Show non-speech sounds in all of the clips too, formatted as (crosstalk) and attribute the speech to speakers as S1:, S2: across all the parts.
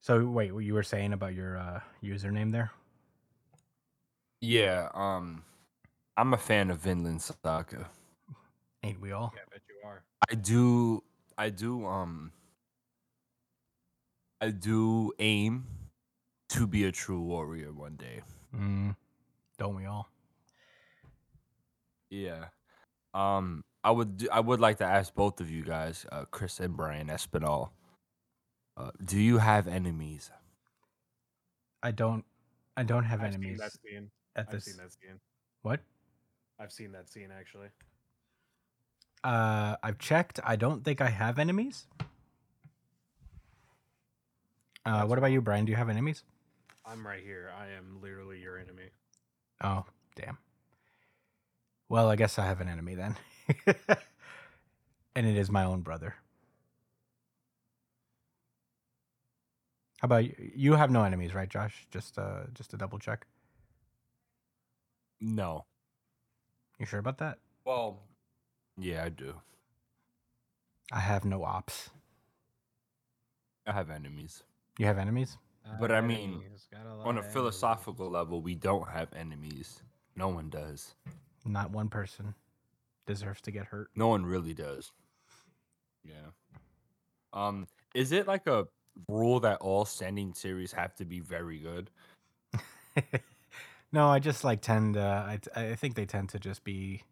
S1: So wait, what you were saying about your uh, username there?
S2: Yeah, um, I'm a fan of Vinland Saga.
S1: Ain't we all?
S3: Yeah, I bet you are.
S2: I do, I do, um, I do aim to be a true warrior one day.
S1: Mm, don't we all?
S2: Yeah. Um, I would, do, I would like to ask both of you guys, uh, Chris and Brian Espinal, uh, do you have enemies?
S1: I don't. I don't have
S3: I've seen
S1: enemies
S3: that scene.
S1: at
S3: I've
S1: this.
S3: seen that scene.
S1: What?
S3: I've seen that scene actually.
S1: Uh, I've checked. I don't think I have enemies. Uh,
S3: That's
S1: what about you, Brian? Do you have enemies?
S3: I'm right here. I am literally your enemy.
S1: Oh, damn. Well, I guess I have an enemy then. (laughs) and it is my own brother. How about you? You have no enemies, right, Josh? Just uh just to double check.
S2: No.
S1: You sure about that?
S2: Well, yeah, I do.
S1: I have no ops.
S2: I have enemies.
S1: You have enemies?
S2: But I mean, On a philosophical level, we don't have enemies. No one does.
S1: Not one person deserves to get hurt.
S2: No one really does. Yeah. Um, is it like a rule that all standing series have to be very good?
S1: (laughs) no, I just like tend to. I I think they tend to just be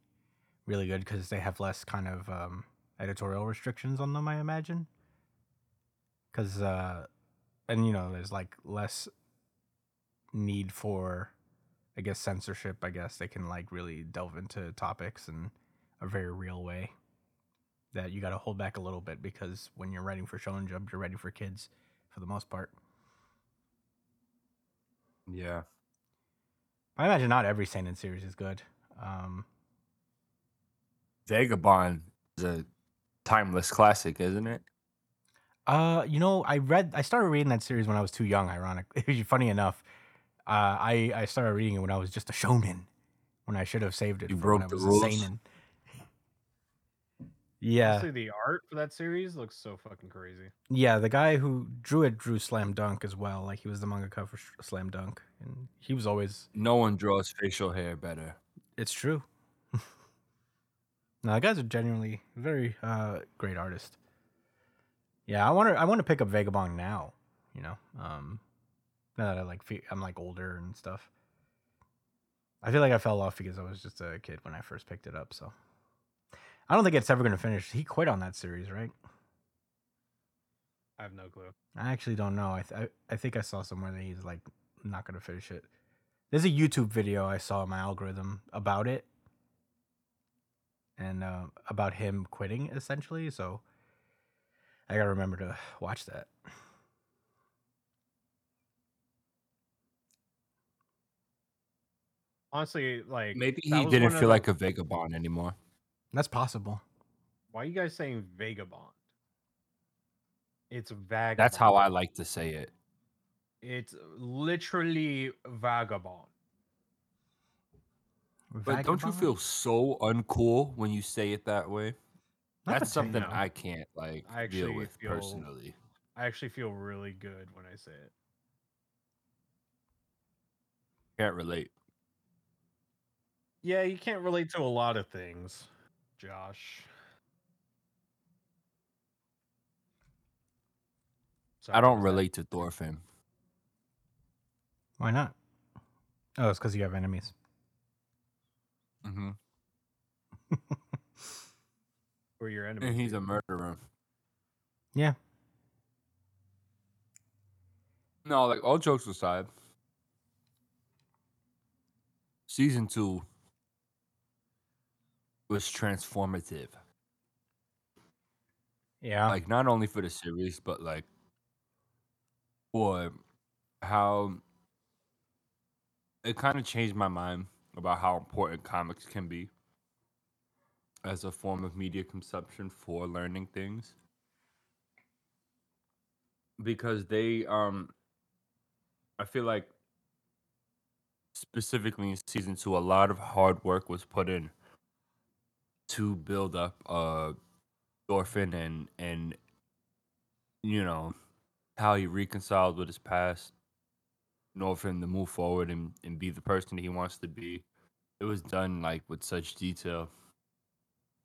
S1: really good because they have less kind of um, editorial restrictions on them. I imagine. Because uh, and you know, there's like less need for, I guess, censorship. I guess they can like really delve into topics in a very real way. That you got to hold back a little bit because when you're writing for Shonen Jump, you're writing for kids, for the most part.
S2: Yeah.
S1: I imagine not every seinen series is good. Um,
S2: Vagabond is a timeless classic, isn't it?
S1: Uh, you know, I read, I started reading that series when I was too young. (laughs) Ironically, funny enough, uh, I I started reading it when I was just a shonen, when I should have saved it.
S2: You
S1: for
S2: broke
S1: when
S2: the
S1: I was
S2: rules.
S1: A seinen. Yeah,
S3: Honestly, the art for that series looks so fucking crazy.
S1: yeah. The guy who drew it drew Slam Dunk as well. Like he was the mangaka for Sh- Slam Dunk, and he was always.
S2: No one draws facial hair better.
S1: It's true. (laughs) no, the guy's a genuinely very uh great artist. Yeah, I want to I want to pick up Vagabond now. You know, um, now that I like fe- I'm like older and stuff. I feel like I fell off because I was just a kid when I first picked it up. So I don't think it's ever gonna finish. He quit on that series, right?
S3: I have no clue.
S1: I actually don't know. I th- I, I think I saw somewhere that he's like not gonna finish it. There's a YouTube video I saw in my algorithm about it, and uh, about him quitting essentially. So I gotta remember to watch that.
S3: Honestly, like
S2: Maybe
S3: that
S2: he
S3: was
S2: didn't
S3: one of
S2: feel
S3: the-
S2: like a vagabond anymore.
S1: That's possible.
S3: Why are you guys saying vagabond? It's vagabond.
S2: That's how I like to say it.
S3: It's literally vagabond.
S2: But don't you
S1: Vagabond?
S2: feel so uncool when you say it that way?
S1: Not
S2: That's something
S3: potato.
S2: I can't like
S3: I
S2: deal
S3: actually
S2: with
S3: feel-
S2: personally.
S3: I actually feel really good when I say it.
S2: Can't relate.
S3: Yeah, you can't relate to a lot of things, Josh.
S2: I
S3: Sorry,
S2: don't
S3: was that-
S2: relate to Thorfinn.
S1: Why not? Oh, it's because you have enemies.
S2: Mm-hmm.
S3: Or your enemy.
S2: And he's a murderer.
S1: Yeah.
S2: No, like all jokes aside, season two was transformative.
S1: Yeah.
S2: Like not only for the series, but like for how it kind of changed my mind about how important comics can be as a form of media consumption for learning things because they um i feel like specifically in season two a lot of hard work was put in to build up uh Thorfinn and and you know how he reconciled with his past in order for him to move forward and, and be the person he wants to be. It was done like with such detail.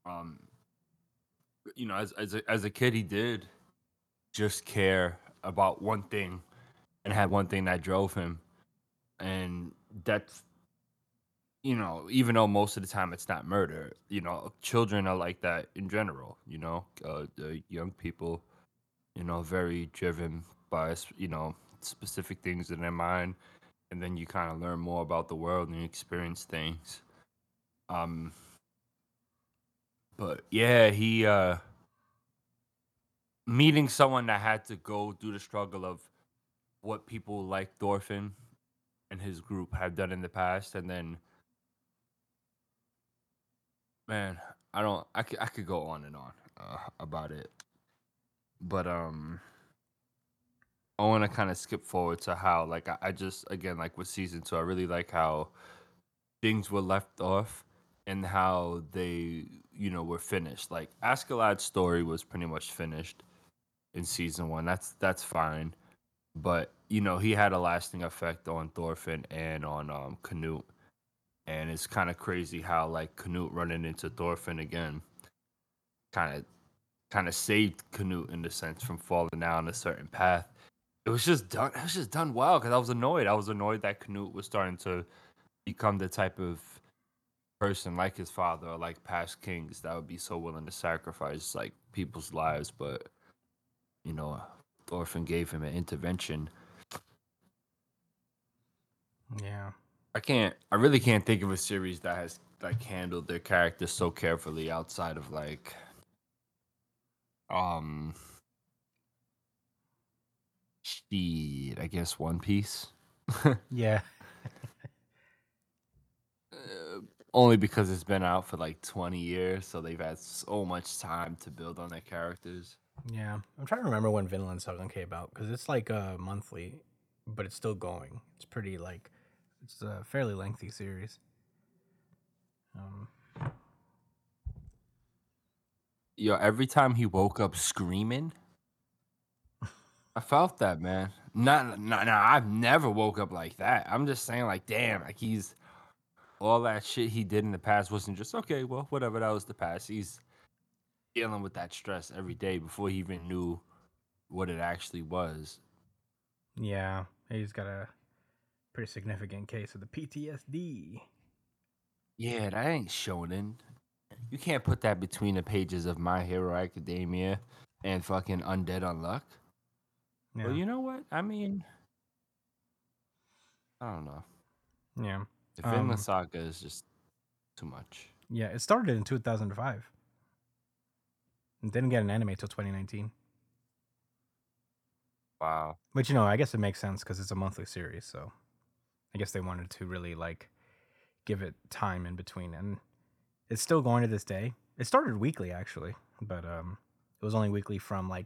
S2: Um, you know, as as a, as a kid, he did just care about one thing, and had one thing that drove him, and that's you know, even though most of the time it's not murder, you know, children are like that in general. You know, uh, the young people, you know, very driven by s- you know specific things in their mind, and then you kind of learn more about the world and you experience things. Um, but yeah, he uh, meeting someone that had to go through the struggle of what people like Thorfinn and his group have done in the past, and then man, I don't, I could, I could go on and on uh, about it, but um, I want to kind of skip forward to how, like, I, I just again, like with season two, I really like how things were left off and how they, you know, were finished. Like Askeladd's story was pretty much finished in season one. That's that's fine, but you know, he had a lasting effect on Thorfinn and on um Canute. And it's kind of crazy how like Canute running into Thorfinn again, kind of, kind of saved Canute in the sense from falling down a certain path. It was just done. It was just done well because I was annoyed. I was annoyed that Canute was starting to become the type of person like his father or like past kings that would be so willing to sacrifice like people's lives. But you know, Thorfinn gave him an intervention.
S1: Yeah.
S2: I can't. I really can't think of a series that has like handled their characters so carefully outside of like, um, shit. I guess One Piece.
S1: Yeah.
S2: Uh, only because it's been out for like 20 years, so they've had so much time to build on their characters.
S1: Yeah. I'm trying to remember when Vinland Saga came out because it's like uh, monthly, but it's still going. It's pretty like it's a fairly lengthy series. Um,
S2: Yo, every time he woke up screaming, I felt that, man. Not, not, no, I've never woke up like that. I'm just saying, like, damn, like he's all that shit he did in the past wasn't just okay. Well, whatever, that was the past. He's dealing with that stress every day before he even knew what it actually was.
S1: yeah. He's got a pretty significant case of the PTSD.
S2: Yeah, that ain't shonen. You can't put that between the pages of My Hero Academia and fucking Undead Unluck.
S1: Yeah.
S2: Well, you know what? I mean, I don't know.
S1: yeah.
S2: The Finland
S1: Um,
S2: Saga is just too much.
S1: Yeah. It started in 2005. It didn't get an anime till 2019.
S2: Wow.
S1: But you know, I guess it makes sense because it's a monthly series, so I guess they wanted to really like give it time in between, and it's still going to this day. It started weekly actually, but um, it was only weekly from like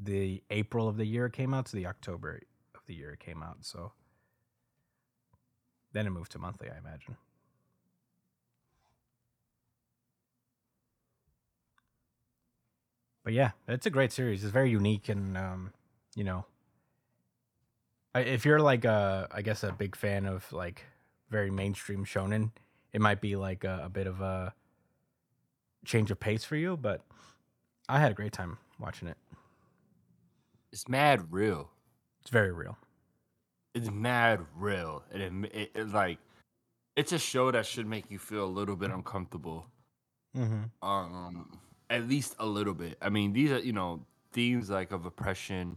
S1: the April of the year it came out to the October of the year it came out. So then it moved to monthly, I imagine. But yeah, it's a great series. It's very unique and um, you know, I- if you're like a, I guess a big fan of like very mainstream shonen, it might be like a, a bit of a change of pace for you. But I had a great time watching it.
S2: It's mad real.
S1: It's very real.
S2: It's mad real. And it, ma- it, it like, it's a show that should make you feel a little bit uncomfortable.
S1: Mm-hmm.
S2: Um, at least a little bit. I mean, these are, you know, themes like of oppression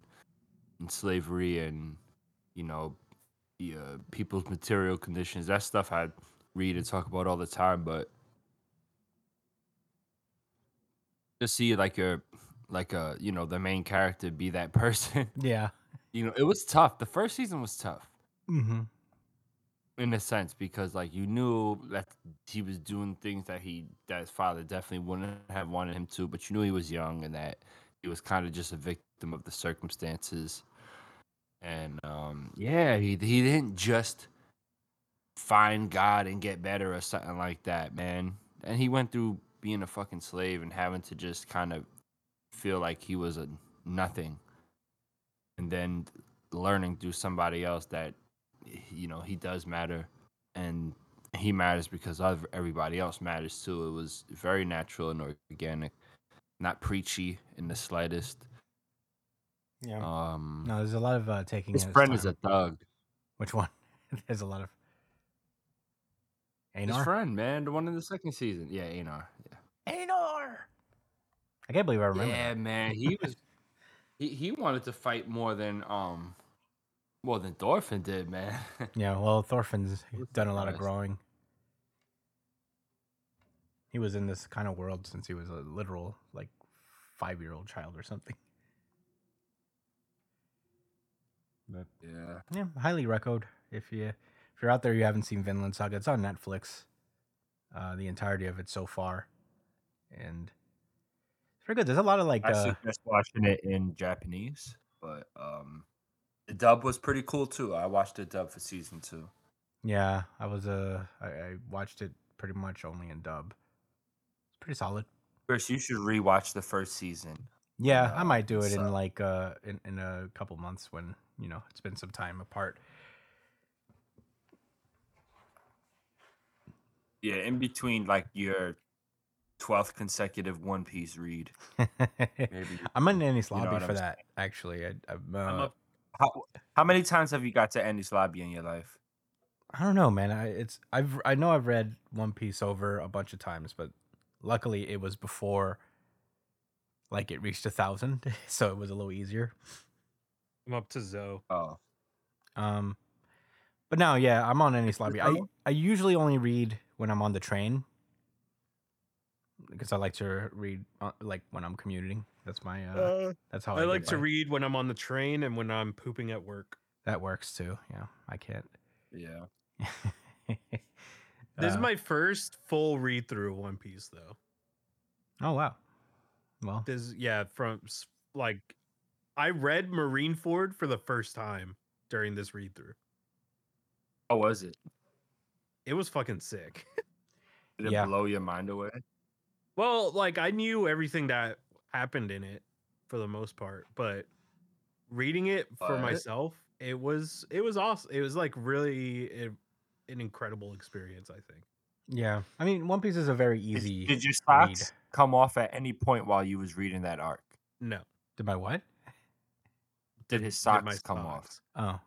S2: and slavery and, you know, the, uh, people's material conditions. That stuff I read and talk about all the time, but to see like a like a you know the main character be that (laughs) person
S1: Yeah.
S2: you know it was tough the first season was tough
S1: Mm-hmm.
S2: in a sense because like you knew that he was doing things that he that his father definitely wouldn't have wanted him to but you knew he was young and that he was kind of just a victim of the circumstances and um yeah he, he didn't just find god and get better or something like that man and he went through being a fucking slave and having to just kind of feel like he was a nothing and then learning through somebody else that h- you know he does matter and he matters because of everybody else matters too it was very natural and organic not preachy in the slightest
S1: Yeah.
S2: um
S1: no, there's a lot of uh, taking.
S2: his
S1: his
S2: friend is a
S1: time.
S2: thug
S1: Which one? (laughs) there's a lot of.
S2: his
S1: Anar.
S2: friend man the one in the second season yeah anar yeah,
S1: Anar. I can't believe I remember.
S2: yeah
S1: that.
S2: man he was he, he wanted to fight more than um more than Thorfinn did man (laughs)
S1: Yeah, well, Thorfinn's
S2: Looks
S1: done a lot of
S2: surprised.
S1: growing. He was in this kind of world since he was a literal, like, five year old child or something.
S2: yeah
S1: Yeah, highly recommend if you if you're out there you haven't seen Vinland Saga. It's on Netflix, uh, the entirety of it so far, and it's pretty good. There's a lot of like
S2: I
S1: uh,
S2: suggest watching it in Japanese, but um, the dub was pretty cool too. I watched the dub for season two.
S1: yeah. I was uh I, I watched it pretty much only in dub. It's pretty solid.
S2: Chris, you should rewatch the first season.
S1: Yeah, I
S2: uh,
S1: might do it
S2: it's,
S1: in
S2: uh,
S1: like uh in, in a couple months when you know it's been some time apart. (laughs)
S2: Yeah, in between like your twelfth consecutive One Piece read. Maybe you
S1: I'm in Annie's
S2: You know
S1: lobby
S2: what
S1: for
S2: I'm
S1: that actually. I, I'm, uh,
S2: I'm up. How, how many times have you got to Andy's lobby in your life?
S1: I don't know, man. I it's I've I know I've read One Piece over a bunch of times, but luckily it was before like it reached a thousand, (laughs) so it was a little easier.
S3: I'm up to Zoe.
S2: Oh,
S1: Um, but now, yeah, I'm on any lobby. I
S2: Hello?
S1: I usually only read when I'm on the train because I like to read uh, like when I'm commuting. That's my uh, that's
S2: Oh,
S1: how I,
S3: I like
S1: get
S3: to
S1: by.
S3: read when I'm on the train and when I'm pooping at work.
S1: That works too. Yeah, I can't. (laughs)
S2: yeah.
S3: This
S2: Uh-huh.
S1: Uh,
S3: is my first full read through of One Piece, though.
S1: oh wow. Well,
S3: This, yeah, from s- like I read Marineford for the first time during this read through.
S2: How was it?
S3: It was fucking sick.
S2: Did it
S1: Yeah.
S2: blow your mind away?
S3: Well, like I knew everything that happened in it for the most part, but reading it for
S2: But-
S3: myself, it was it was awesome. It was like really it, an incredible experience. I think
S1: yeah. I mean, One Piece is a very
S2: Did,
S1: easy.
S2: did your
S1: read.
S2: socks come off at any point while you was reading that arc?
S3: no,
S1: Did my what?
S2: Did his
S3: did my
S2: socks come off?
S3: socks.
S1: Oh,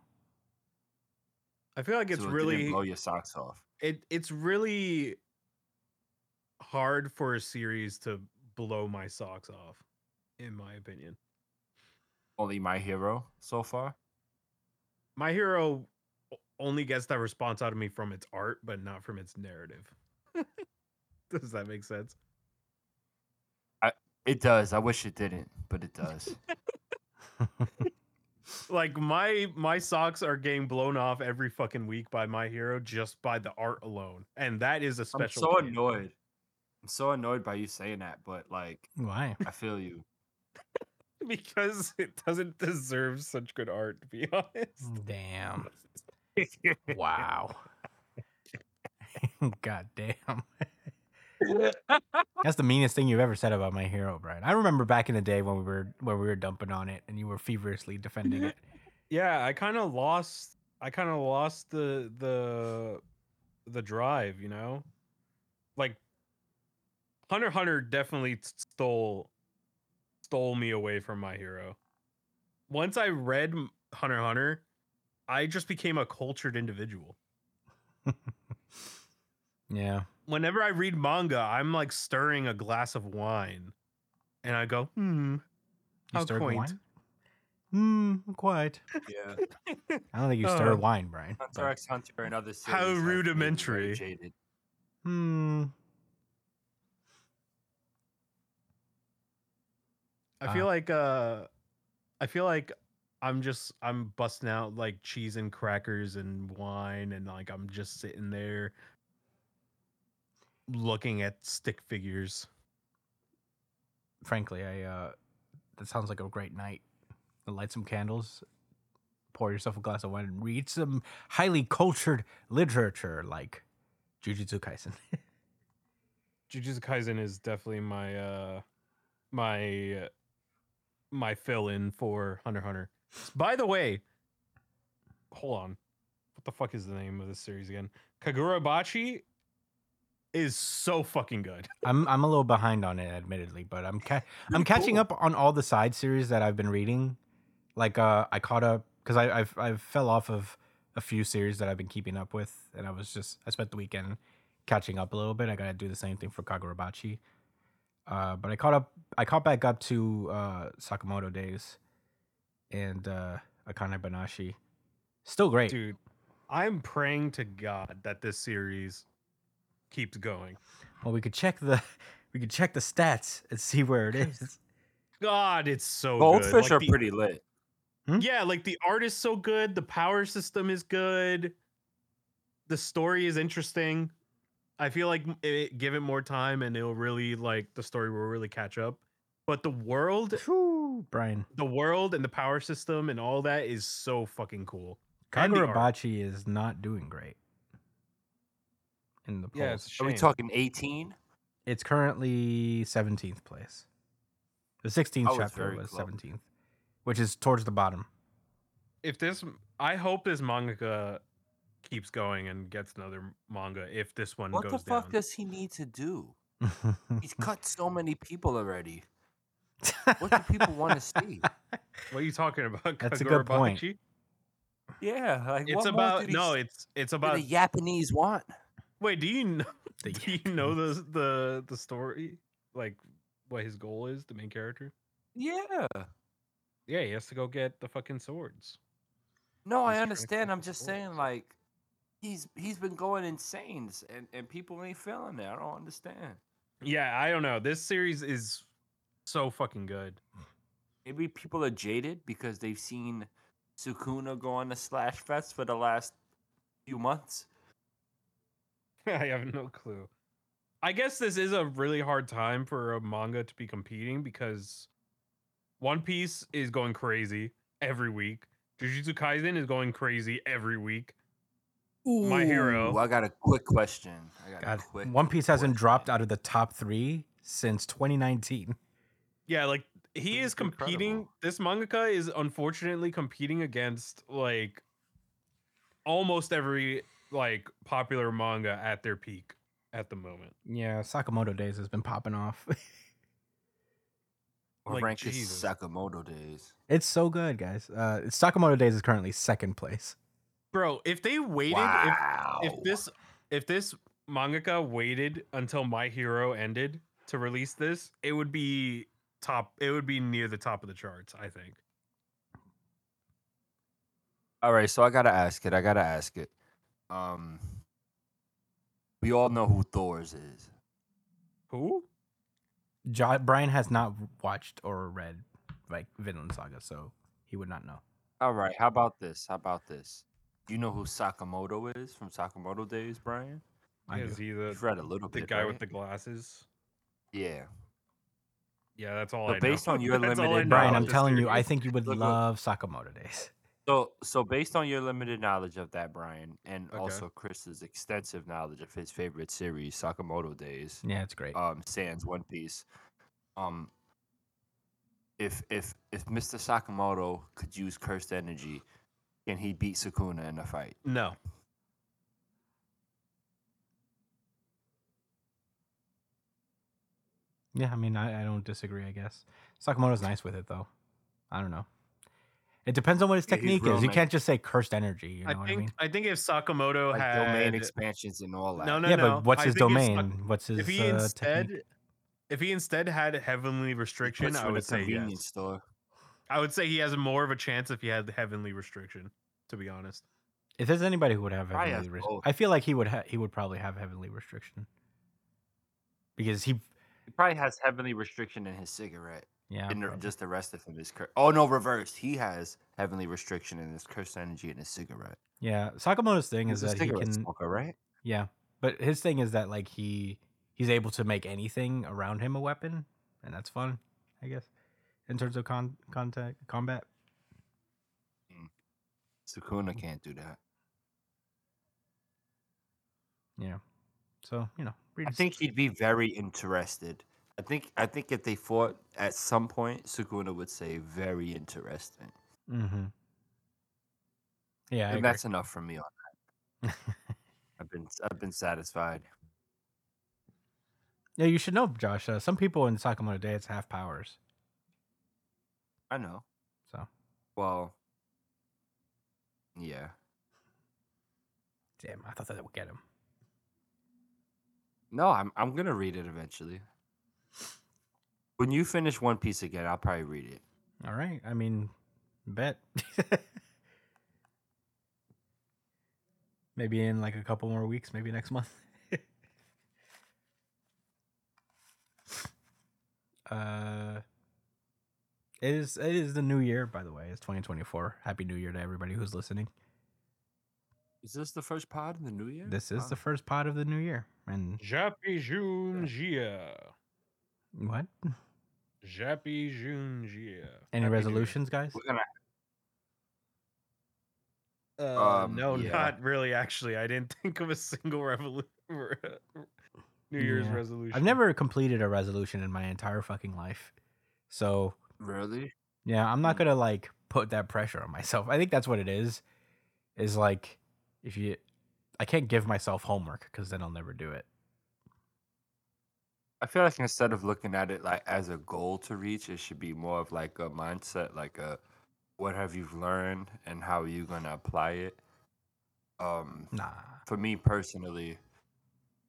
S3: I feel like it's
S2: So it didn't
S3: really
S2: blow your socks off.
S3: it it's really hard for a series to blow my socks off, in my opinion.
S2: only my hero so far.
S3: My hero o- only gets that response out of me from its art, but not from its narrative. (laughs) Does that make sense?
S2: It does. I wish it didn't, but it
S3: (laughs)
S2: does.
S3: Like my my socks are getting blown off every fucking week by my hero just by the art alone, and that is a
S2: I'm
S3: special.
S2: so
S3: kid.
S2: annoyed. I'm so annoyed by you saying that, but like
S1: why?
S2: I feel you.
S3: (laughs) because it doesn't deserve such good art. To be (laughs) honest, (laughs)
S1: Damn. Wow. (laughs) God damn. (laughs) That's the meanest thing you've ever said about my hero, Brian. I remember back in the day when we were when we were dumping on it and you were feverishly defending it.
S3: yeah i kind of lost i kind of lost the the the drive you know like hunter x hunter definitely s- stole stole me away from my hero once i read M- hunter x hunter i just became a cultured individual
S1: Yeah.
S3: whenever i read manga i'm like stirring a glass of wine and i go hmm
S1: You
S3: How
S1: stirred
S3: quaint.
S1: wine? Hmm, quite.
S2: yeah.
S1: I don't think you stirred
S3: Uh,
S1: wine, Brian.
S2: Hunter
S1: but-
S2: x Hunter and other series.
S3: How
S2: have made me very
S3: rudimentary.
S2: jaded.
S1: Hmm.
S3: I feel
S1: Uh,
S3: like uh I feel like I'm just I'm busting out like cheese and crackers and wine and like I'm just sitting there looking at stick figures.
S1: Frankly, I uh that sounds like a great night. Light some candles, pour yourself a glass of wine, and read some highly cultured literature like Jujutsu Kaisen. (laughs)
S3: Jujutsu Kaisen is definitely my uh my my fill in for Hunter x Hunter. By the way, hold on. What the fuck is the name of this series again? Kagurabachi is so fucking good.
S1: I'm I'm a little behind on it, admittedly, but I'm ca- I'm catching up on all the side series that I've been reading. Like uh, I caught up because I I've, I've fell off of a few series that I've been keeping up with, and I was just I spent the weekend catching up a little bit. I gotta do the same thing for Kagurabachi. Uh, but I caught up. I caught back up to uh, Sakamoto Days and uh, Akane Banashi. Still great.
S3: Dude, I'm praying to God that this series keeps going.
S1: Well, we could check the (laughs) we could check the stats and see where it is. (laughs)
S3: God, it's so Oh, good.
S2: Goldfish
S3: Like,
S2: are
S3: the-
S2: pretty lit.
S3: Yeah, like the art is so good, the power system is good, the story is interesting. I feel like m- it, give it more time and it'll really like the story will really catch up. But the world,
S1: Whew, Brian
S3: the world and the power system and all that is so fucking cool. And the art.
S1: Kagurabachi is not doing great in the polls.
S3: Yeah, it's a
S2: Are we
S3: shame.
S2: talking 18?
S1: it's currently 17th place. The 16th
S2: Oh, it's
S1: chapter
S2: very
S1: was
S2: close.
S1: 17th, which is towards the bottom.
S3: if this I hope this manga keeps going and gets another manga if this one
S2: What
S3: goes
S2: the fuck
S3: down.
S2: does he need to do? (laughs) He's cut so many people already.
S1: (laughs)
S2: What do people want to see?
S3: What are you talking (laughs) about?
S1: That's a good point.
S3: Kagurabachi?
S2: (laughs) Yeah, like
S3: It's
S2: what more
S3: about
S2: do these,
S3: no, it's it's
S2: do
S3: about
S2: the Japanese want.
S3: Wait, do you know
S1: The
S3: do you know (laughs) the the the story? Like what his goal is, the main character?
S2: Yeah.
S3: Yeah, he has to go get the fucking swords.
S2: No,
S3: He's trying
S2: I
S3: to
S2: understand.
S3: cut
S2: I'm
S3: the
S2: just
S3: corners.
S2: saying, like, he's he's been going insane, s- and and people ain't feeling it. I don't understand.
S3: Yeah, I don't know. This series is so fucking good.
S2: Maybe people are jaded because they've seen Sukuna go on the slash fest for the last few months.
S3: (laughs) I have no clue. I guess this is a really hard time for a manga to be competing because One Piece is going crazy every week. Jujutsu Kaisen is going crazy every week. My Hero.
S2: Ooh, I got a quick question. I got
S1: God,
S2: a quick.
S1: One Piece hasn't
S2: question.
S1: dropped out of the top three since 2019.
S3: Yeah, like he
S2: It's
S3: is competing.
S2: incredible.
S3: This mangaka is unfortunately competing against like almost every like popular manga at their peak at the moment.
S1: Yeah, Sakamoto Days has been popping off. (laughs)
S2: Or
S3: like,
S2: rank his
S3: Jesus.
S2: Sakamoto days.
S1: it's so good, guys. Uh, Sakamoto Days is currently second place.
S3: Bro, if they waited, if
S2: wow.
S3: if this if this mangaka waited until my hero ended to release this it would be top it would be near the top of the charts i think
S2: All right, so I gotta ask it. I gotta ask it. Um, we all know who Thor's is.
S3: who
S1: Jo- Brian has not watched or read like Vinland Saga, so he would not know.
S2: All right, how about this? How about this? You know who Sakamoto is from Sakamoto Days, Brian?
S1: I
S3: is
S1: do.
S3: he the,
S2: You've read a little
S3: the
S2: bit.
S3: guy with the
S2: right?
S3: glasses
S2: Yeah.
S3: yeah that's all
S2: So
S3: I
S2: based
S3: know.
S2: on your
S3: (laughs) That's all I
S2: limited
S3: know
S1: Brian,
S2: No,
S3: about
S1: I'm
S2: just
S3: this
S1: telling you,
S3: series.
S1: I think you would
S2: Look, look.
S1: love Sakamoto Days. (laughs)
S2: So, so based on your limited knowledge of that, Brian, and
S3: Okay.
S2: also Chris's extensive knowledge of his favorite series, Sakamoto Days,
S1: Yeah, it's
S3: Uh,
S1: great.
S2: um, Sans One Piece, um, if if if Mr. Sakamoto could use cursed energy, can he beat Sukuna in a fight?
S3: no
S1: Yeah, I mean, I, I don't disagree. I guess Sakamoto's nice with it, though. I don't know. It depends on what his
S2: Yeah, he's
S1: technique
S2: real
S1: is. You
S2: nice.
S1: can't just say cursed energy. You know
S3: i
S1: what
S3: think
S1: I mean?
S3: I, think if sakamoto
S2: Like
S3: had
S2: domain expansions and all that.
S3: no no
S1: yeah,
S3: no
S1: but what's
S3: I
S1: his
S3: think if Sak-
S1: domain? what's his
S3: if he
S1: uh,
S3: instead
S1: technique?
S3: if he instead had heavenly
S2: He
S3: restriction
S2: puts you
S3: i
S2: in a
S3: would say
S2: convenience
S3: yes
S2: store.
S3: i would say he has more of a chance if he had heavenly restriction to be honest
S1: If there's anybody who would have
S2: Probably
S1: heavenly, res-
S2: has both.
S1: I feel like he would. Ha- he would probably have heavenly restriction because he.
S2: He probably has heavenly restriction in his cigarette,
S1: Yeah,
S2: and the-
S1: probably.
S2: just the rest of him is cursed. Oh no, reverse. He has heavenly restriction in his cursed energy in his cigarette.
S1: yeah. Sakamoto's thing is
S2: He's a
S1: that he
S2: cigarette
S1: can.
S2: smoker, right?
S1: Yeah, but his thing is that like he he's able to make anything around him a weapon, and that's fun, I guess, in terms of con contact combat.
S2: Sukuna can't do that.
S1: Yeah. So you know, read
S2: I
S1: his-
S2: think he'd be very interested. I think I think if they fought at some point, Sukuna would say very interesting.
S1: Mm-hmm. Yeah, I
S2: and
S1: agree.
S2: that's enough
S1: (laughs)
S2: for me. I've been I've been satisfied.
S1: yeah. You should know, Josh. Uh, some people in Sakamoto Day it's half powers.
S2: I know.
S1: So
S2: Well, yeah.
S1: damn, I thought that would get him.
S2: No, I'm I'm gonna read it eventually. When you finish One Piece again, I'll probably read it.
S1: All right. I mean, bet. maybe in like a couple more weeks. Maybe next month. (laughs) uh, it is it is the new year. By the way, it's 2024. Happy New Year to everybody who's listening.
S2: Is this the first pod in the new year?
S1: This is the
S2: Wow.
S1: first pod of the new year. And
S3: Jappy Junjia.
S1: what?
S3: Jappy
S1: Any
S3: Junjia. Happy New Year.
S1: resolutions, guys?
S2: We're gonna-
S3: Uh,
S2: Um,
S3: no,
S2: yeah.
S3: not really. Actually, I didn't (laughs) think of a single revolu- re- (laughs) New Year's
S1: Yeah.
S3: resolution.
S1: I've never completed a resolution in my entire fucking life. So,
S2: really?
S1: yeah, I'm not
S2: Mm.
S1: going to like put that pressure on myself. I think that's what it is. Is like if you I can't give myself homework cuz then I'll never do it.
S2: I feel like instead of looking at it like as a goal to reach, it should be more of like a mindset, like a what have you learned and how are you gonna apply it. Um,
S1: Nah.
S2: for me personally,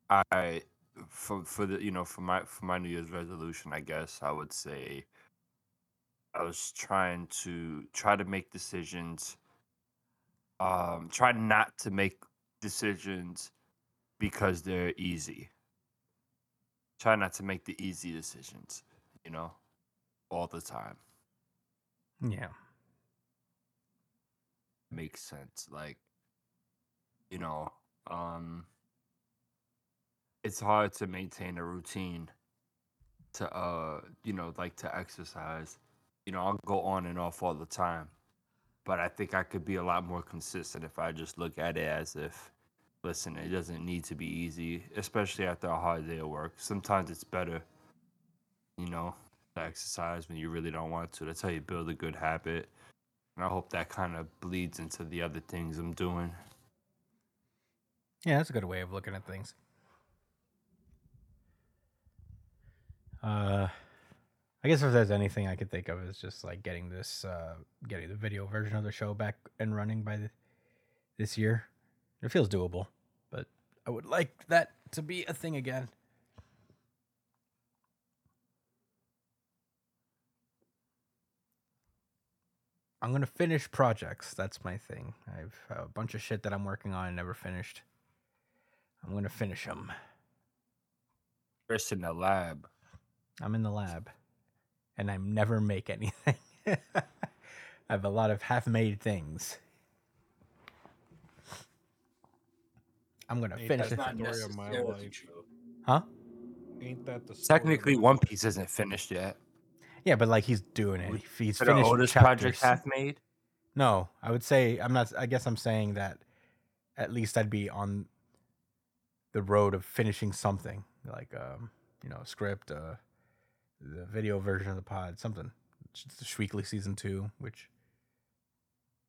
S2: I for for the you know for my for my New Year's resolution, I guess I would say I was trying to try to make decisions. Um, try not to make decisions because they're easy. Try not to make the easy decisions, you know, all the time.
S1: Yeah.
S2: makes sense. Like, you know, um, it's hard to maintain a routine to, uh, you know, like to exercise. You know, I'll go on and off all the time, but I think I could be a lot more consistent if I just look at it as if, listen, it doesn't need to be easy, especially after a hard day of work. Sometimes it's better, you know, to exercise when you really don't want to. That's how you build a good habit. And I hope that kind of bleeds into the other things I'm doing.
S1: Yeah, that's a good way of looking at things. Uh, I guess if there's anything I could think of is just like getting this, uh, getting the video version of the show back and running by the, this year. It feels doable, but I would like that to be a thing again. I'm gonna finish projects. That's my thing. I've a bunch of shit that I'm working on and never finished. I'm gonna finish them.
S2: First in the lab.
S1: I'm in the lab and I never make anything. (laughs) I have a lot of half made things. I'm going to
S3: Hey,
S1: finish
S3: that's
S1: it.
S3: not story of my
S4: necessarily
S3: life.
S4: true.
S1: Huh?
S3: Ain't that the story
S2: Technically,
S3: of-
S2: One Piece isn't finished yet.
S1: Yeah, but like he's doing it.
S2: Would
S1: He- He's
S2: The
S1: finished
S2: oldest project
S1: chapters.
S2: half made.
S1: No, I would say I'm not. I guess I'm saying that at least I'd be on the road of finishing something, like um, you know, a script, uh, the video version of the pod, something. It's just the weekly season two, which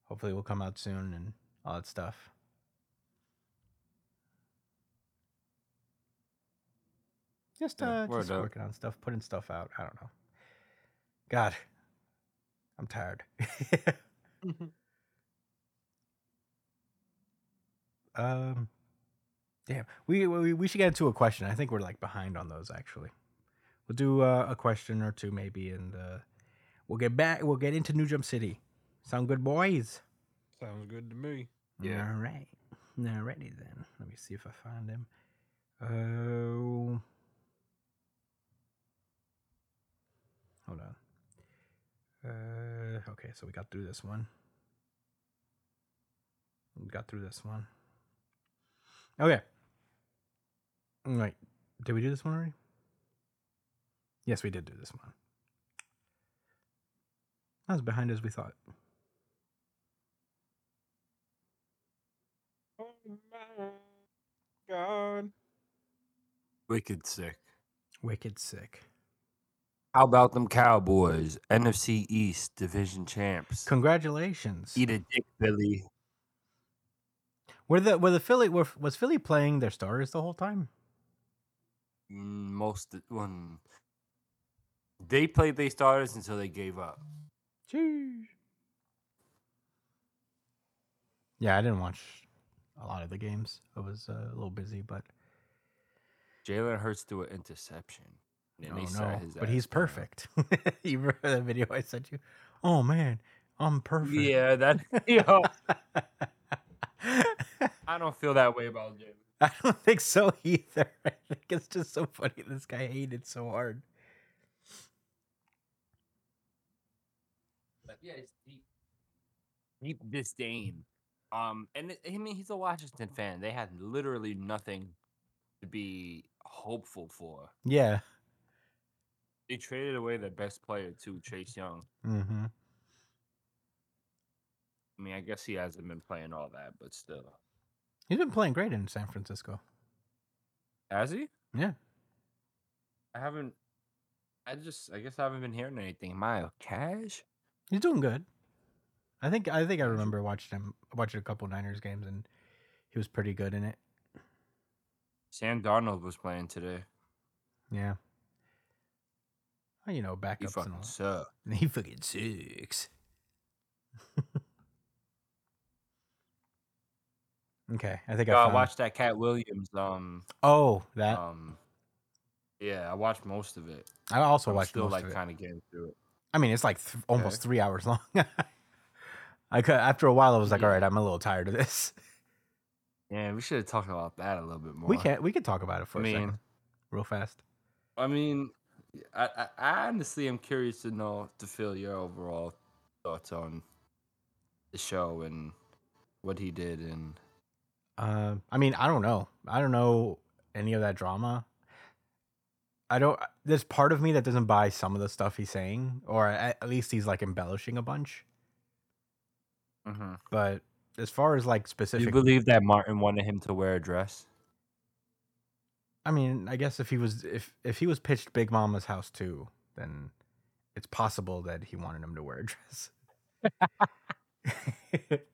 S1: hopefully will come out soon, and all that stuff. Just
S2: Yeah,
S1: uh,
S2: word
S1: just
S2: up.
S1: working on stuff, putting stuff out. I don't know. God, I'm tired.
S2: Mm-hmm.
S1: (laughs) Um, damn, we, we we should get into a question. I think we're like behind on those actually. We'll do uh, a question or two maybe, and uh, we'll get back. We'll get into New Jump City. Sound good, boys?
S3: Sounds good to me.
S2: Yeah.
S1: All right. Alrighty then. Let me see if I find him. Oh. Hold on. Uh, okay, so we got through this one. We got through this one. Okay. All right. Did we do this one already? Yes, we did do this one. Not as behind as we thought.
S3: Oh my god.
S2: Wicked sick.
S1: Wicked sick.
S2: How about them Cowboys? NFC East division champs.
S1: Congratulations.
S2: Eat a dick, Billy.
S1: Were the were the Philly were, was Philly playing their starters the whole time?
S2: Mm, Most one. They played their starters until they gave up.
S1: Jeez. Yeah, I didn't watch a lot of the games. I was uh, a little busy, but
S2: Jalen Hurts threw an interception. and
S1: oh,
S2: they sat
S1: no.
S2: his
S1: But
S2: ass
S1: he's
S2: down.
S1: perfect. (laughs) you remember that video I sent you? Oh man, I'm perfect. (laughs)
S2: Yeah, that. (laughs) Yo,
S1: I
S2: I don't feel that way about Jalen.
S1: don't think so either. (laughs) I think it's just so funny. This guy hated so hard.
S2: But yeah, it's deep, deep disdain. Um, and it- I mean, he's a Washington fan. They had literally nothing to be hopeful for.
S1: Yeah.
S2: They traded away their best player too, Chase Young.
S1: Mm-hmm.
S2: I mean, I guess he hasn't been playing all that, but still,
S1: He's been playing great in San Francisco.
S2: has he?
S1: Yeah.
S2: I haven't. I just, I guess, I haven't been hearing anything. Am I cash?
S1: He's doing good. I think I think I remember watching him watching a couple Niners games and he was pretty good in it.
S2: Sam Darnold was playing today.
S1: Yeah. Well, you know,
S2: He
S1: backups and all.
S2: fucking sucked.
S1: that. He fucking sucks. (laughs) okay, I think
S2: Yo,
S1: I
S2: I
S1: found-
S2: watched that Cat Williams. Um,
S1: Oh, that
S2: um, yeah, I watched most of it.
S1: I also
S2: I'm
S1: watched
S2: still
S1: most
S2: like
S1: of it.
S2: kind of getting through it.
S1: I mean, it's like th- almost three hours (laughs) long. I could, after a while, I was like,
S2: Yeah.
S1: all right, I'm a little tired of this.
S2: Yeah, we should have talked about that a little bit more.
S1: We can we can talk about it for
S2: I
S1: a
S2: mean,
S1: second, real fast.
S2: I mean, I, I, I honestly am curious to know to feel your overall thoughts on the show and what he did and
S1: Uh, I mean, I don't know. I don't know any of that drama. I don't. There's part of me that doesn't buy some of the stuff he's saying, or at, at least he's like embellishing a bunch. Mm-hmm. But as far as like
S2: do you
S1: specific,
S2: believe that Martin wanted him to wear a dress?
S1: I mean, I guess if he was if if he was pitched Big Mama's house too, then it's possible that he wanted him to wear a dress.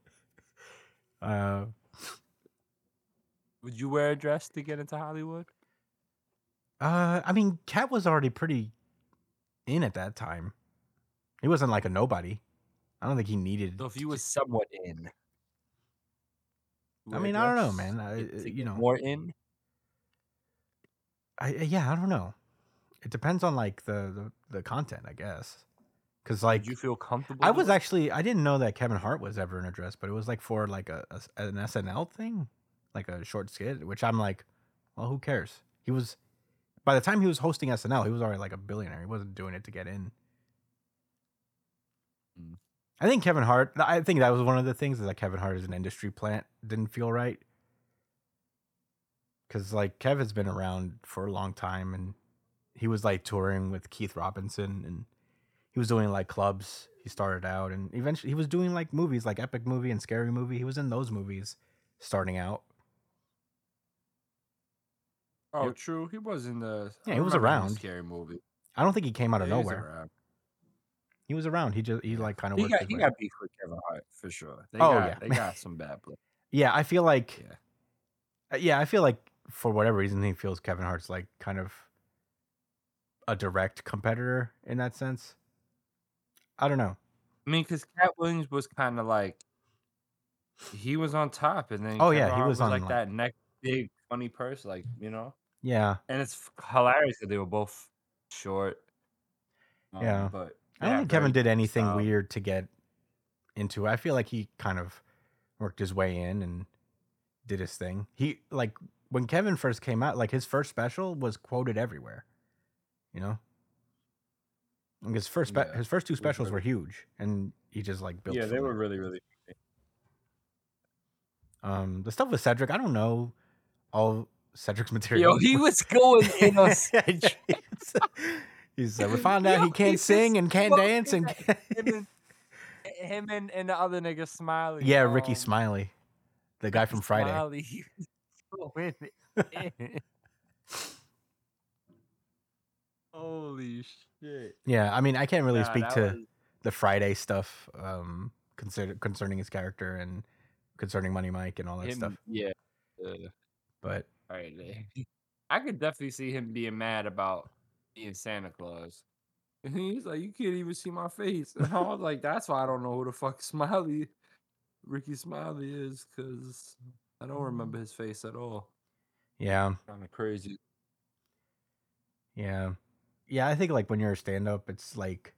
S1: (laughs) uh,
S2: Would you wear a dress to get into Hollywood?
S1: Uh, I mean, Cat was already pretty in at that time. He wasn't like a nobody. I don't think he needed.
S2: So if you were somewhat in,
S1: I
S2: wear a
S1: mean, I don't know,
S2: dress
S1: man. I, uh,
S2: to
S1: you
S2: get
S1: know,
S2: more in.
S1: I, yeah, I don't know. It depends on like the the, the content, I guess. Because like
S2: Did you feel comfortable?
S1: I
S2: with
S1: was
S2: it?
S1: actually I didn't know that Kevin Hart was ever in a dress, but it was like for like a, a s- an SNL thing, like a short skit, which I'm like, well, who cares? He was by the time he was hosting SNL, he was already like a billionaire. He wasn't doing it to get in.
S2: Mm.
S1: I think Kevin Hart. I think that was one of the things is that Kevin Hart is an industry plant. Didn't feel right because like Kevin's been around for a long time, and he was like touring with Keith Robinson, and he was doing like clubs. He started out, and eventually he was doing like movies, like epic movie and scary movie. He was in those movies starting out.
S2: Oh, true. He was in the.
S1: Yeah,
S2: I
S1: he was
S2: remember him in
S1: around.
S2: Scary movie.
S1: I don't think he came out of
S2: Yeah, he is
S1: nowhere.
S2: around.
S1: He was around. He just he like kind of
S2: He
S1: worked.
S2: got
S1: his
S2: he
S1: way.
S2: got beef with Kevin Hart for sure. They
S1: Oh,
S2: got,
S1: yeah. (laughs)
S2: they got some bad blood.
S1: Yeah, I feel like
S2: Yeah.
S1: Uh, yeah, I feel like for whatever reason he feels Kevin Hart's like kind of a direct competitor in that sense. I don't know.
S2: I mean, because Cat Williams was kind of like he was on top, and then
S1: Oh,
S2: Kevin
S1: yeah, he
S2: Hart
S1: was on,
S2: like
S1: like-
S2: that next big funny person, like you know.
S1: Yeah.
S2: And it's f- hilarious that they were both short. um,
S1: Yeah.
S2: but
S1: I don't
S2: yeah, Um,
S1: think
S2: very
S1: Kevin did
S2: different
S1: anything
S2: style.
S1: weird to get into. I feel like he kind of worked his way in and did his thing. He like when Kevin first came out, like his first special was quoted everywhere. You know? Like his first spe-
S2: Yeah,
S1: his first two
S2: was
S1: specials
S2: really-
S1: were huge and he just like built
S2: Yeah, they
S1: from
S2: were
S1: it. (laughs)
S2: really really.
S1: Um, the stuff with Cedric, I don't know all Cedric's (laughs) material.
S2: Yo, he was going in
S1: (laughs)
S2: on stage.
S1: He's- He's
S2: (laughs)
S1: uh, we found out
S2: Yo,
S1: he can't
S2: he was
S1: sing and can't
S2: smoking
S1: dance and
S2: that (laughs) him and, him and, and the other nigga Smiley.
S1: yeah, Ricky
S2: um,
S1: Smiley, the guy from Friday.
S2: Smiley, (laughs) he was going in. Holy shit!
S1: Yeah, I mean, I can't really
S2: Nah,
S1: speak
S2: that
S1: to
S2: was-
S1: the Friday stuff um, consider- concerning his character and concerning Money Mike and all that
S2: him-
S1: stuff.
S2: Yeah. uh,
S1: But
S2: all right, then. I could definitely see him being mad about being Santa Claus. And he's like, "You can't even see my face." And I was like, "That's why I don't know who the fuck (laughs) Smiley, Ricky Smiley is, because I don't remember his face at all."
S1: yeah,
S2: Kind of crazy.
S1: yeah, yeah. I think like when you're a stand-up, it's like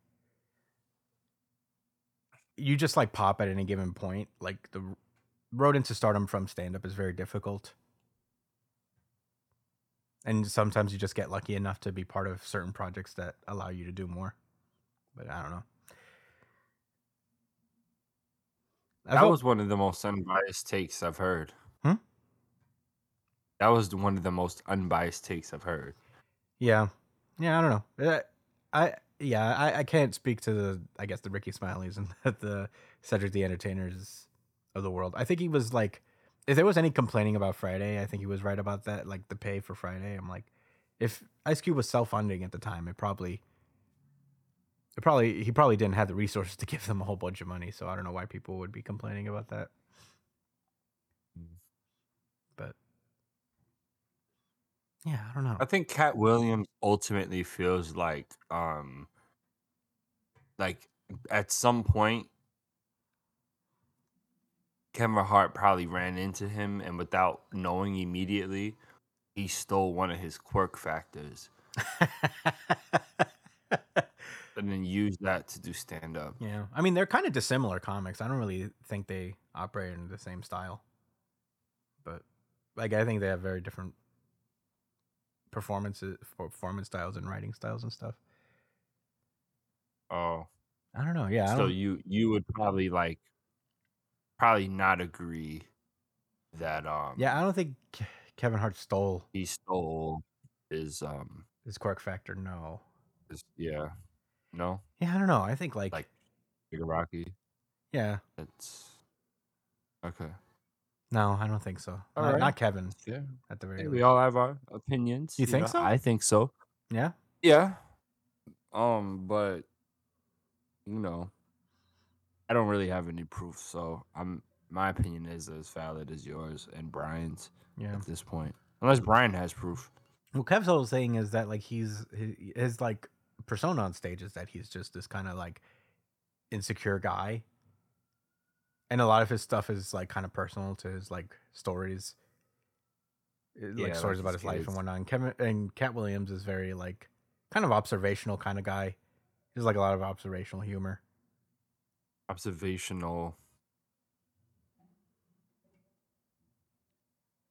S1: you just like pop at any given point. Like the r- road into stardom from stand-up is very difficult, and sometimes you just get lucky enough to be part of certain projects that allow you to do more. But I don't know. I
S2: That
S1: felt-
S2: was one of the most unbiased takes I've heard.
S1: Hmm?
S2: That was the- one of the most unbiased takes I've heard.
S1: Yeah, yeah. I don't know. Uh, I yeah. I, I can't speak to the I guess the Ricky Smileys and (laughs) the Cedric the Entertainers of the world. I think he was like, if there was any complaining about Friday, I think he was right about that. Like the pay for Friday. I'm like, if Ice Cube was self funding at the time, it probably. It probably he probably didn't have the resources to (laughs) give them a whole bunch of money, so I don't know why people would be complaining about that. But yeah, I don't know.
S2: I think Cat Williams ultimately feels like um like at some point Kevin Hart probably ran into him and without knowing immediately, he stole one of his quirk factors and then used that to do stand up.
S1: (laughs) yeah, I mean they're kind of dissimilar comics. I don't really think they operate in the same style, but like I think they have very different performances, performance styles, and writing styles and stuff.
S2: Oh.
S1: I don't know. Yeah, I
S2: so
S1: don't-
S2: you you would probably like probably not agree that um
S1: yeah, I don't think Ke- Kevin Hart stole
S2: he stole his um
S1: his quirk factor. No.
S2: his, yeah no
S1: Yeah, I don't know. I think like,
S2: Like- Igaraki.
S1: yeah,
S2: That's okay.
S1: no, I don't think so.
S2: All
S1: Not,
S2: right.
S1: not Kevin
S2: Yeah,
S1: at the very
S2: hey,
S1: least.
S2: we all have our opinions.
S1: You think so?
S2: I think so.
S1: yeah,
S2: Yeah. Um, but you know, I don't really have any proof, so I'm my opinion is as valid as yours and Brian's
S1: yeah.
S2: at this point, unless Brian has proof.
S1: Well, Kev's whole thing is that like he's his, his like persona on stage is that he's just this kind of like insecure guy, and a lot of his stuff is like kind of personal to his like stories, uh,
S2: Yeah,
S1: like
S2: like
S1: stories about
S2: his
S1: his life and
S2: kids.
S1: whatnot. And Kevin and Cat Williams is very like kind of observational kind of guy. He's like a lot of observational humor.
S2: Observational.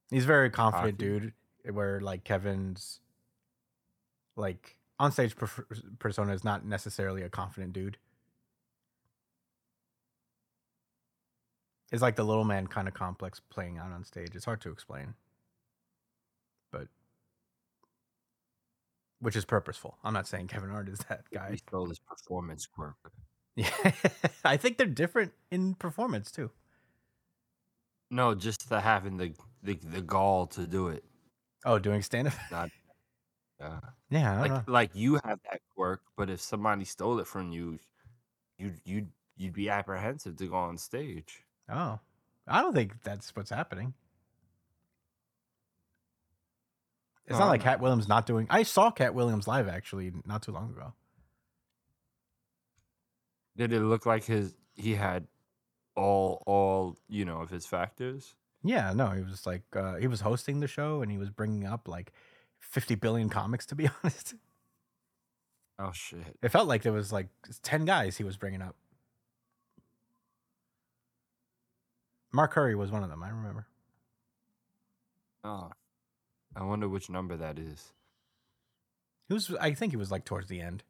S1: He's a very confident
S2: Hockey.
S1: dude. Where like Kevin's like on stage persona is not necessarily a confident dude. It's like the little man kind of complex playing out on stage. It's hard to explain, but which is purposeful. I'm not saying Kevin Hart is that
S2: He
S1: guy.
S2: stole his performance quirk.
S1: Yeah, (laughs) I think they're different in performance too.
S2: No, just the having the the, the gall to do it.
S1: Oh, doing stand up.
S2: Yeah.
S1: (laughs) Yeah, I don't know.
S2: like like you have that quirk, but if somebody stole it from you, you you'd you'd be apprehensive to go on stage.
S1: Oh, I don't think that's what's happening. It's
S2: No,
S1: not
S2: I
S1: like
S2: know.
S1: Cat Williams not doing. I saw Cat Williams live actually not too long ago.
S2: Did it look like his he had all all you know of his factors?
S1: Yeah, no, he was like uh, he was hosting the show and he was bringing up like fifty billion comics. To be (laughs) honest,
S2: Oh shit!
S1: it felt like there was like ten guys he was bringing up. Mark Curry was one of them. I remember.
S2: Oh, I wonder which number that is.
S1: He was. I think he was like towards the end,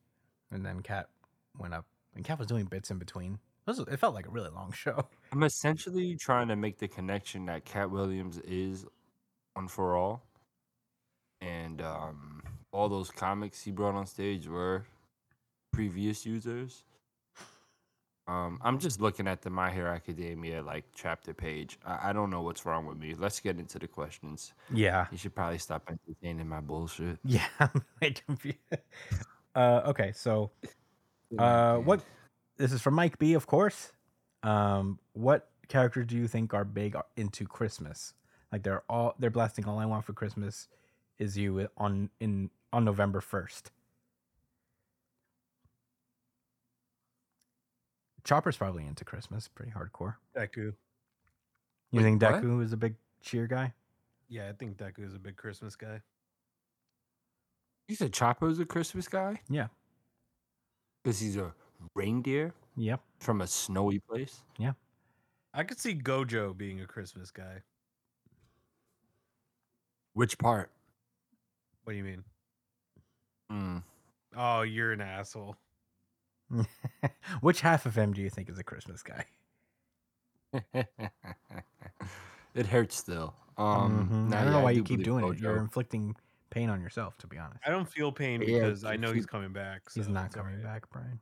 S1: and then Cat went up, and Cat was doing bits in between. It, was, it felt like a really long (laughs) show.
S2: I'm essentially trying to make the connection that Cat Williams is on for all, and um, all those comics he brought on stage were previous users. Um, I'm just looking at the My Hero Academia like chapter page. I, I don't know what's wrong with me. Let's get into the questions.
S1: Yeah. (laughs)
S2: You should probably stop entertaining my bullshit.
S1: Yeah, I'm really confused. (laughs) Uh, okay, so uh, what? This is from Mike B, of course. Um, what characters do you think are big uh, into Christmas? Like they're all they're blasting all I want for Christmas is you on in on November first. Chopper's probably into Christmas, pretty hardcore.
S3: Deku.
S1: You
S2: Wait,
S1: think
S2: what?
S1: Deku is a big cheer guy?
S3: Yeah, I think Deku is a big Christmas guy.
S2: You said Chopper's a Christmas guy?
S1: Yeah.
S2: Because he's a reindeer
S1: Yep. (laughs)
S2: from a snowy place?
S3: I could see Gojo being a Christmas guy.
S2: Which part?
S3: What do you mean?
S2: Mm.
S3: Oh, you're an asshole.
S1: Which half of him do you think is a Christmas guy?
S2: (laughs) it hurts still. Um,
S1: Mhm.
S2: nah,
S1: I don't know
S2: yeah,
S1: why you
S2: do
S1: keep
S2: believe
S1: doing it. You're
S2: Gojo.
S1: inflicting pain on yourself, to be honest.
S3: I don't feel pain
S2: Yeah,
S3: because I
S2: it's-
S3: know he's coming back.
S1: He's
S3: so
S1: not
S3: it's
S1: coming
S3: alright.
S1: back, Oh. Brian.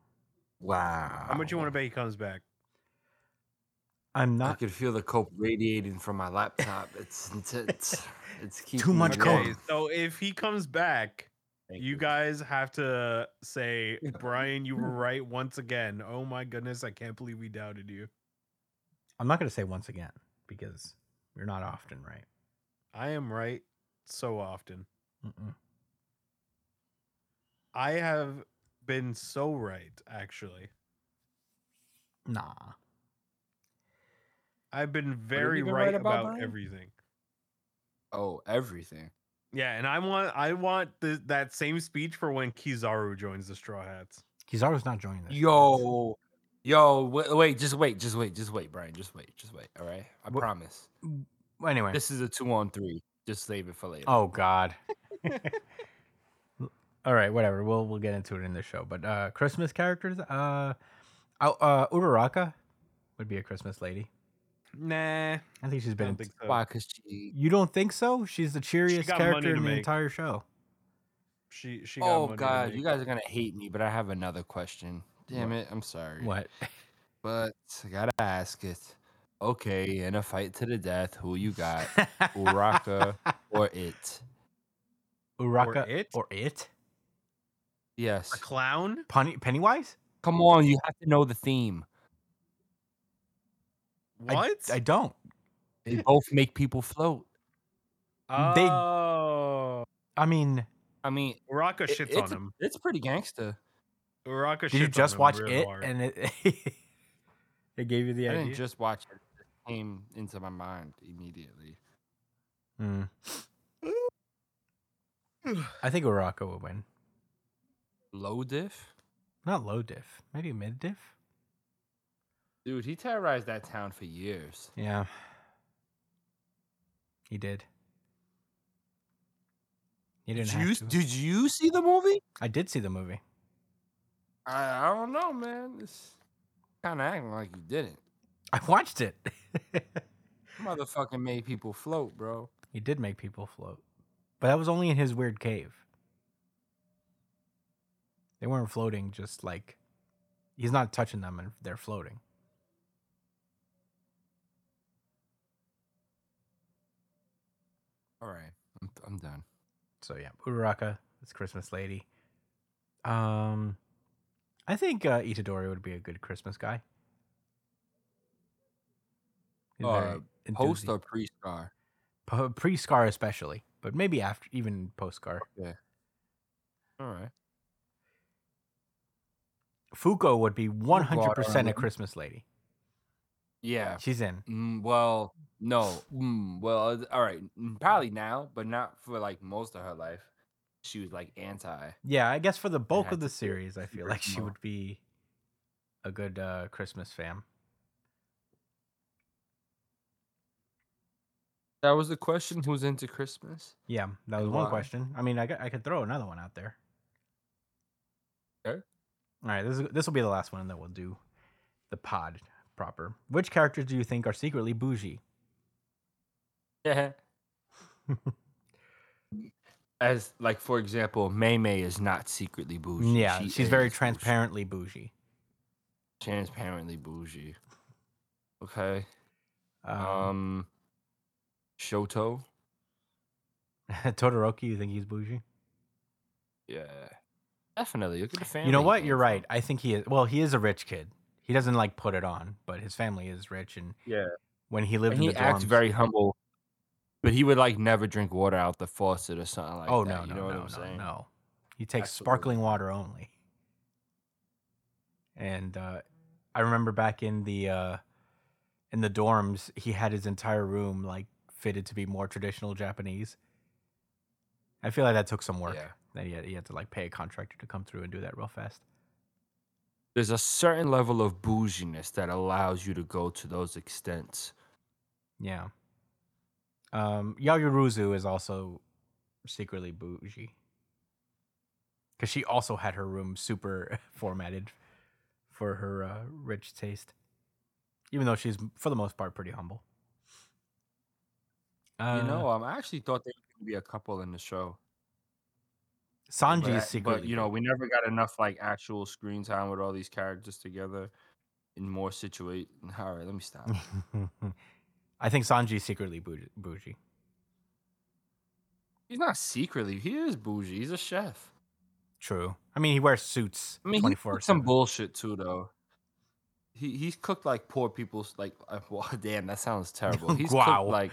S2: Wow.
S3: How much you want to bet he comes back?
S1: I'm
S2: I
S1: not.
S2: could feel the coke radiating from my laptop. It's
S1: (laughs)
S2: it's it's keeping me
S1: much
S2: going.
S1: coke.
S3: so if he comes back,
S2: Thank
S3: you guys have to say, Brian,
S1: (laughs)
S3: you were right once again. Oh my goodness, I can't believe we doubted you.
S1: I'm not going to say once again because you're not often right.
S3: I am right so often.
S1: Mm-mm.
S3: I have been so right, actually.
S1: Nah.
S3: I've been very
S2: been
S3: right,
S2: right about,
S3: about,
S2: Brian?
S3: everything.
S2: Oh, everything.
S3: Yeah, and I want I want the, that same speech for when Kizaru joins the Straw Hats.
S1: He's always not joining this.
S2: Yo, yo, wait, wait, just wait, just wait, just wait, Brian, just wait, just wait. All right, I
S1: Wha-
S2: promise.
S1: Well, Anyway.
S2: This is a two on three. Just save it for later.
S1: Oh
S3: (laughs)
S1: God. All right, whatever. We'll we'll get into it in the show. But uh Christmas characters, uh, uh, uh Uraraka would be a Christmas lady.
S3: Nah, I
S1: I think she's been.
S3: don't
S1: in-
S3: think so.
S2: why? Cause she.
S1: you don't think so? She's the cheeriest
S3: got money
S1: character
S3: to
S1: in the
S3: make.
S1: entire show.
S3: She she. Got
S2: Oh
S3: money to
S2: God,
S3: make.
S2: you guys are gonna hate me, but I have another question. Damn it, I'm sorry.
S1: What?
S2: But I gotta ask it. Okay, in a fight to the death, who you
S1: (laughs)
S2: (laughs) got, Uraka or it?
S1: Uraka
S3: Or it?
S1: or it?
S2: Yes.
S3: a clown.
S1: Penny, Pennywise?
S2: Come on, you have to know the theme.
S1: I-
S3: What?
S1: I, don't.
S2: They (laughs) both make people float.
S1: they-
S3: oh,
S1: I mean,
S2: I mean,
S3: Uraka
S2: it-
S3: shits on
S2: it's,
S3: him.
S2: it's pretty gangster.
S3: Uraka shits
S1: did you
S3: on
S1: just
S3: him
S1: watch
S3: real
S1: it
S3: hard.
S1: and it (laughs) it gave you the
S2: I
S1: idea?
S2: didn't just watch it. It just came into my mind immediately.
S3: (sighs)
S1: Hmm. I think Uraka would win.
S2: Low diff?
S1: Not low diff, maybe mid diff.
S2: Dude, he terrorized that town for years.
S1: Yeah. He did. He didn't
S2: Did
S1: have
S2: you,
S1: to.
S2: did you see the movie?
S1: I did see the movie. (laughs)
S2: I, I don't know, man. It's kind of acting like you didn't.
S1: I watched it. (laughs)
S2: Motherfucking made people float, bro.
S1: he did make people float. But that was only in his weird cave. They weren't floating just like he's not touching them and they're floating.
S2: All right, I'm, I'm done.
S1: So yeah, Uraraka, this Christmas lady. Um I think uh, Itadori would be a good Christmas guy. He's
S2: Uh,
S1: very
S2: Post
S1: enthusi-
S2: or pre-star?
S1: po- pre-scar especially but maybe after even post-scar
S2: All right.
S1: fuko would be 100% a
S2: Fuko.
S1: christmas lady
S2: Yeah.
S1: she's in
S2: Mm, well, no. Mm, well, th- all right. mm, Probably now, but not for like most of her life. She was like anti.
S1: yeah i guess for the bulk
S2: had
S1: of the
S2: to see it
S1: series i feel
S2: super
S1: like she
S2: small.
S1: would be a good uh, christmas fam
S2: That was the question. Who's into (laughs) Christmas?
S1: yeah that was
S2: And
S1: one
S2: why?
S1: question i mean I, got- I could throw another one out there
S2: Okay.
S1: all right this is, this will be the last one and then we'll do the pod proper which characters do you think are secretly bougie
S2: Yeah. As like for example, May May is not secretly bougie.
S1: yeah
S2: She
S1: she's very
S2: is bougie.
S1: transparently bougie
S2: Transparently bougie. Okay.
S1: (laughs) um,
S2: Um. Shoto.
S1: todoroki you think he's bougie
S2: Yeah. Definitely. Look at the family.
S1: You know
S2: he
S1: what?
S2: came
S1: You're
S2: from.
S1: right. I think he is. Well, he is a rich kid. He doesn't like put it on, but his family is rich, and
S2: Yeah.
S1: when he lived
S2: And
S1: in
S2: he
S1: the
S2: acts
S1: dorms,
S2: very humble, but he would like never drink water out the faucet or something like
S1: oh
S2: that.
S1: no,
S2: you
S1: no,
S2: know what
S1: no,
S2: I'm
S1: no,
S2: saying?
S1: no. He takes
S2: Absolutely.
S1: sparkling water only. And uh, I remember back in the uh, in the dorms, he had his entire room like fitted to be more traditional Japanese. I feel like that took some work.
S2: Yeah.
S1: That he had, he had to like pay a contractor to come through and do that real fast.
S2: There's a certain level of bouginess that allows you to go to those extents.
S1: Yeah. Um, Yaguruzu is also secretly bougie. Because she also had her room super (laughs) formatted for her uh, rich taste. Even though she's, for the most part, pretty humble. Uh,
S2: you know, um, I actually thought they were going to be a couple in the show.
S1: Sanji
S2: but,
S1: is
S2: I- but,
S1: secretly.
S2: you know,
S1: bou-
S2: we never got enough like actual screen time with all these characters together in more situate. (laughs) All right, let
S1: (laughs)
S2: me stop.
S1: (laughs) I think Sanji's secretly bou- bougie.
S2: He's not secretly. He is bougie. He's a chef.
S1: True. I mean, he wears suits.
S2: I mean, he
S1: 24
S2: cooked some bullshit too, though. He he's cooked like poor people's like. (laughs) uh, Well, damn, that sounds (laughs) terrible. He's
S1: Wow.
S2: cooked like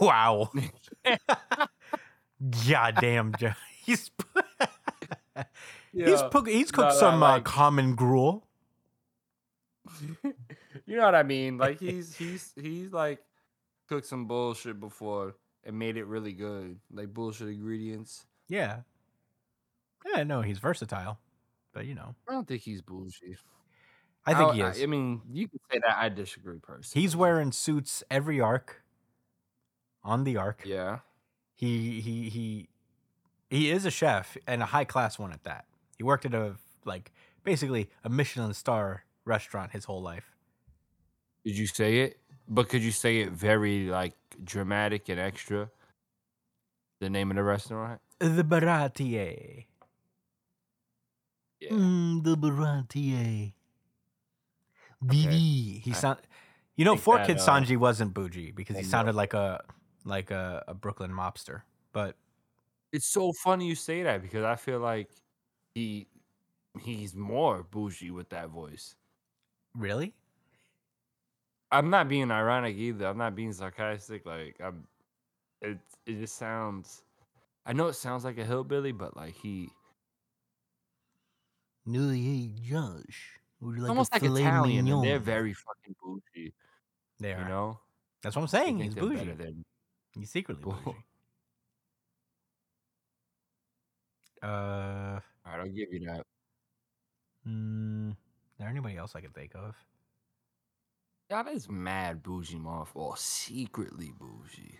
S1: (laughs) Wow. (laughs) Goddamn, Joe. (laughs) He's he's
S2: Yeah,
S1: poo- he's
S2: no,
S1: cooked
S2: no,
S1: some uh,
S2: like-
S1: common gruel.
S2: (laughs) you know what I mean. (laughs) Like he's he's he's like cooked some bullshit before and made it really good. Like bullshit ingredients.
S1: Yeah. Yeah, no, he's versatile, but you know,
S2: I don't think he's bougie.
S1: I think he
S2: I-
S1: is.
S2: I mean, you can say that. I disagree personally.
S1: he's wearing suits every arc. On the arc,
S2: Yeah.
S1: he he he he is a chef and a high class one at that. He worked at a like basically a Michelin star restaurant his whole life.
S2: Did you say it? But could you say it very like dramatic and extra? The name of the restaurant.
S1: The Baratier.
S2: Yeah.
S1: Mm, the Baratier. Vivi. He
S2: I
S1: sound. You know,
S2: think
S1: Four
S2: that,
S1: Kid
S2: uh,
S1: Sanji wasn't bougie because he
S2: one
S1: sounded like a like a, a Brooklyn mobster. But
S2: It's so funny you say that because I feel like he he's more bougie with that voice.
S1: really,
S2: I'm not being ironic either. I'm not being sarcastic. Like I'm, it it just sounds. I know it sounds like a hillbilly, but like he
S1: no, hey, Josh, would you
S2: it's
S1: like
S2: almost
S1: a
S2: like
S1: filet
S2: Italian.
S1: mignon?
S2: And they're very fucking bougie.
S1: They
S2: You
S1: are.
S2: know,
S1: That's what I'm
S2: They
S1: saying.
S2: think
S1: He's
S2: they're
S1: bougie.
S2: better than-
S1: He's secretly
S2: Bull-
S1: bougie. Uh,
S2: All right, I'll give you that.
S1: mm, is there anybody else I can think of?
S2: Y'all is mad bougie motherfucker, or secretly bougie.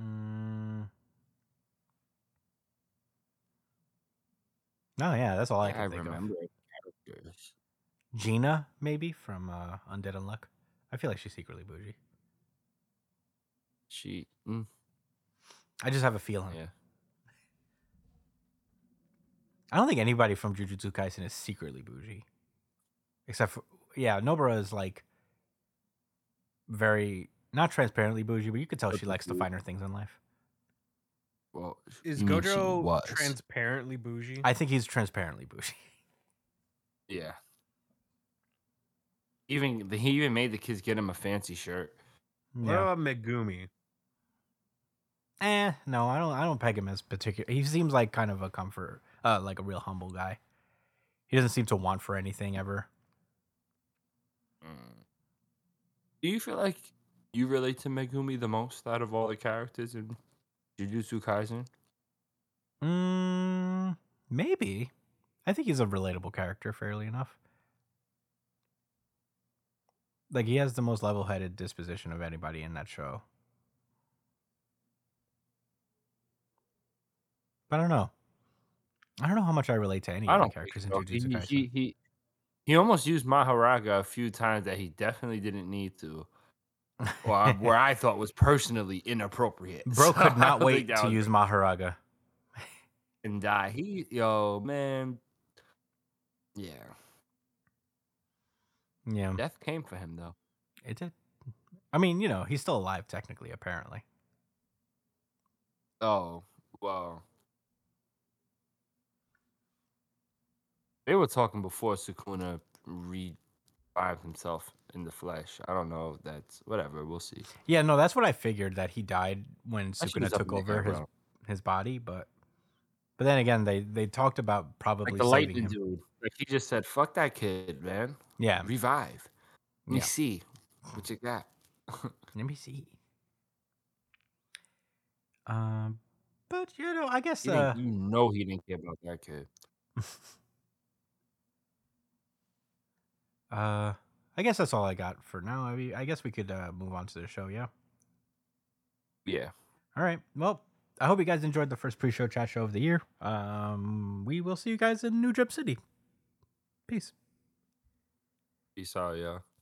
S1: Mm. Oh yeah, that's all I
S2: I,
S1: can think of.
S2: remember characters.
S1: Gina, maybe from uh, Undead and Luck. I feel like she's secretly bougie.
S2: She, mm,
S1: I just have a feeling.
S2: yeah.
S1: I don't think anybody from Jujutsu Kaisen is secretly bougie, except for yeah, Nobara is like very not transparently bougie, but you could tell she
S2: Open
S1: likes the
S2: to-
S1: finer things in life.
S2: Well, sh-
S3: Is
S2: you mean she
S3: Gojo
S2: was.
S3: transparently bougie?
S1: I think he's transparently bougie. (laughs)
S2: yeah. Even the, he even made the kids get him a fancy shirt.
S3: what about Megumi?
S1: Eh, no, I don't. I don't peg him as particular. He seems like kind of a comfort, uh, like a real humble guy. He doesn't seem to want for anything ever.
S2: Mm. Do you feel like you relate to Megumi the most out of all the characters in Jujutsu Kaisen?
S1: Mm, maybe. I think he's a relatable character, fairly enough. Like he has the most level-headed disposition of anybody in that show. But I don't know. I don't know how much I relate to any
S2: I
S1: of the
S2: don't
S1: characters in
S2: think so.
S1: Jujutsu Kaisen.
S2: he, he, he, he almost used Maharaga a few times that he definitely didn't need to, or I- where I thought was personally inappropriate.
S1: Bro
S2: (laughs) So
S1: could
S2: I
S1: not
S2: don't
S1: wait
S2: think that
S1: to
S2: was-
S1: use Maharaga.
S2: and die. He, yo,
S1: Mm.
S2: man, yeah,
S1: Yeah,
S2: death came for him though.
S1: it did. I mean, you know, he's still alive technically, apparently.
S2: Oh, wow. They were talking before Sukuna revived himself in the flesh. I don't know if that's whatever. We'll see.
S1: Yeah, no, that's what I figured that he died when
S2: That shit
S1: Sukuna
S2: is up
S1: took
S2: in the air,
S1: over his,
S2: bro.
S1: his body, but but then again, they they talked about probably
S2: like the
S1: saving
S2: lightning
S1: him.
S2: dude. Like he just said, "Fuck that kid, man.
S1: Yeah,
S2: Revive. Let me
S1: Yeah.
S2: see what you got."
S1: let me see. Um, but you know, I guess
S2: He
S1: uh,
S2: didn't, you know he didn't care about that kid.
S1: uh, I guess that's all I got for now. I mean, I guess we could uh, move on to the show. Yeah.
S2: Yeah.
S1: All right. Well, I hope you guys enjoyed the first pre-show chat show of the year. Um, we will see you guys in New Drip City. Peace.
S2: Peace out, yeah.